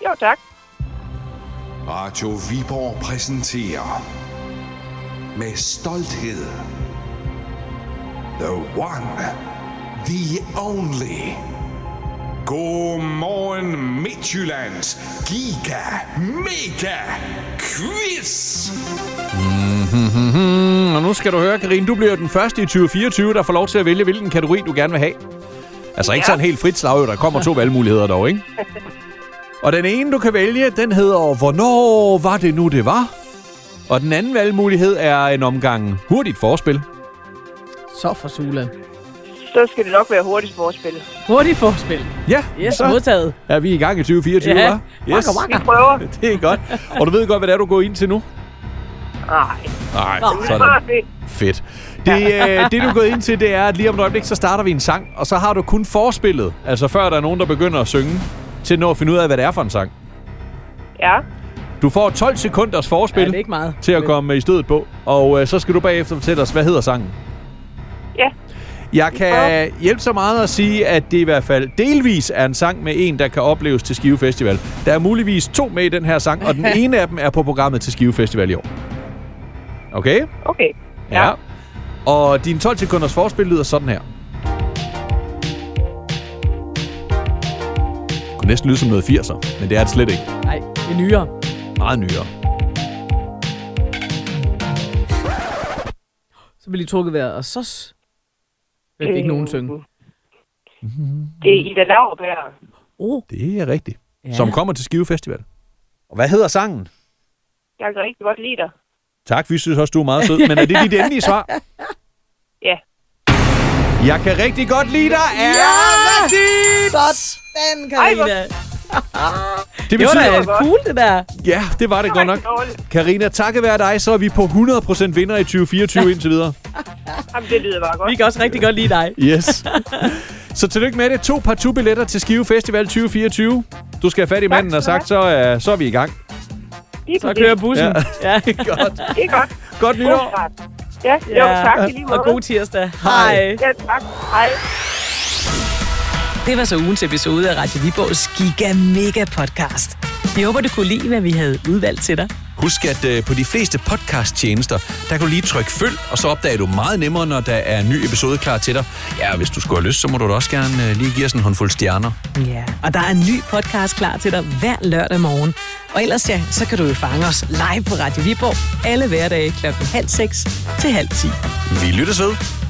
Speaker 9: Jo, tak.
Speaker 10: Radio Viborg præsenterer med stolthed The One, The Only. Godmorgen Midtjyllands Giga Mega Quiz.
Speaker 3: Mm, og nu skal du høre, Karina, du bliver den første i 2024, der får lov til at vælge, hvilken kategori du gerne vil have. Altså ikke sådan helt frit slag, jo. der kommer to valgmuligheder dog, ikke? Og den ene, du kan vælge, den hedder, hvornår var det nu, det var? Og den anden valgmulighed er en omgang hurtigt forspil.
Speaker 2: Så for Sula.
Speaker 9: Så skal det nok være hurtigt forspil.
Speaker 2: Hurtigt forspil.
Speaker 3: Ja,
Speaker 2: Yes, så.
Speaker 3: så
Speaker 2: modtaget.
Speaker 3: er vi i gang i 2024,
Speaker 2: Ja.
Speaker 3: hva'?
Speaker 2: Yes. Waka,
Speaker 9: Vi
Speaker 2: waka.
Speaker 9: prøver.
Speaker 3: Det er godt. Og du ved godt, hvad det er, du går ind til nu?
Speaker 9: Nej,
Speaker 3: Nej,
Speaker 9: det
Speaker 3: sådan.
Speaker 9: har vi.
Speaker 3: Fedt. Det, øh, det, du er gået ind til, det er, at lige om et øjeblik, så starter vi en sang, og så har du kun forspillet, altså før der er nogen, der begynder at synge, til at nå at finde ud af, hvad det er for en sang.
Speaker 9: Ja,
Speaker 3: Du får 12 sekunders
Speaker 2: Ja,
Speaker 3: forspil
Speaker 2: det er ikke meget.
Speaker 3: til at komme i stødet på, og øh, så skal du bagefter fortælle os, hvad hedder sangen.
Speaker 9: ja.
Speaker 3: Jeg kan hjælpe så meget at sige, at det i hvert fald delvis er en sang med en, der kan opleves til Skive Festival. Der er muligvis to med i den her sang, og den ene af dem er på programmet til Skive Festival i år. Okay?
Speaker 9: Okay.
Speaker 3: Ja. Og din 12 sekunders forspil lyder sådan her. Det kunne næsten lyde som noget 80'er, men det er det slet ikke.
Speaker 2: Nej, det er nyere.
Speaker 3: Meget nyere.
Speaker 2: Så bliver de trukket vejret, og så vil det ikke nogen synge. Åh,
Speaker 9: Det er Ida Lauerberg.
Speaker 2: oh,
Speaker 3: Det er rigtigt.
Speaker 2: Ja.
Speaker 3: Ja. Som kommer til Skive Festival. Og hvad hedder sangen?
Speaker 9: Jeg kan rigtig godt lide dig.
Speaker 3: Tak, vi synes også, du er meget sød. Men er det dit endelige svar?
Speaker 9: Ja.
Speaker 3: Jeg kan rigtig godt lide dig. Er ja! rigtigt!
Speaker 2: sådan, Karina.
Speaker 3: Det
Speaker 2: Det var
Speaker 3: betyder,
Speaker 2: da cool, det der.
Speaker 3: ja, det var det godt nok.
Speaker 9: rigtig dårligt.
Speaker 3: Karina, takket være dig, så er vi på 100% vinder i 2024 indtil videre.
Speaker 9: Jamen, det lyder bare godt.
Speaker 2: Vi kan også rigtig godt lide dig.
Speaker 3: Yes. Så tillykke med det. To par billetter til Skive Festival 2024. Du skal have fat i manden og
Speaker 9: skal du
Speaker 3: sagt, så, uh, så er vi i gang.
Speaker 9: Lige
Speaker 2: Så
Speaker 9: præcis.
Speaker 2: kører bussen. Ja,
Speaker 3: Godt.
Speaker 9: Det er godt.
Speaker 3: Godt
Speaker 9: God
Speaker 3: nytår.
Speaker 9: start. Ja, jo, tak i lige
Speaker 2: og
Speaker 9: måde.
Speaker 2: god tirsdag. Hej.
Speaker 9: Ja, tak. Hej.
Speaker 11: Det var så ugens episode af Radio Viborgs Giga Mega Podcast. Vi håber, du kunne lide, hvad vi havde udvalgt til dig.
Speaker 3: Husk, at øh, på de fleste podcasttjenester, der kan du lige trykke følg, og så opdager du meget nemmere, når der er en ny episode klar til dig. Ja, og hvis du skulle have lyst, så må du da også gerne øh, lige give os en håndfuld stjerner.
Speaker 11: Ja, og der er en ny podcast klar til dig hver lørdag morgen. Og ellers ja, så kan du jo fange os live på Radio Viborg alle hverdage kl. halv seks til halv ti.
Speaker 3: Vi lyttes ved.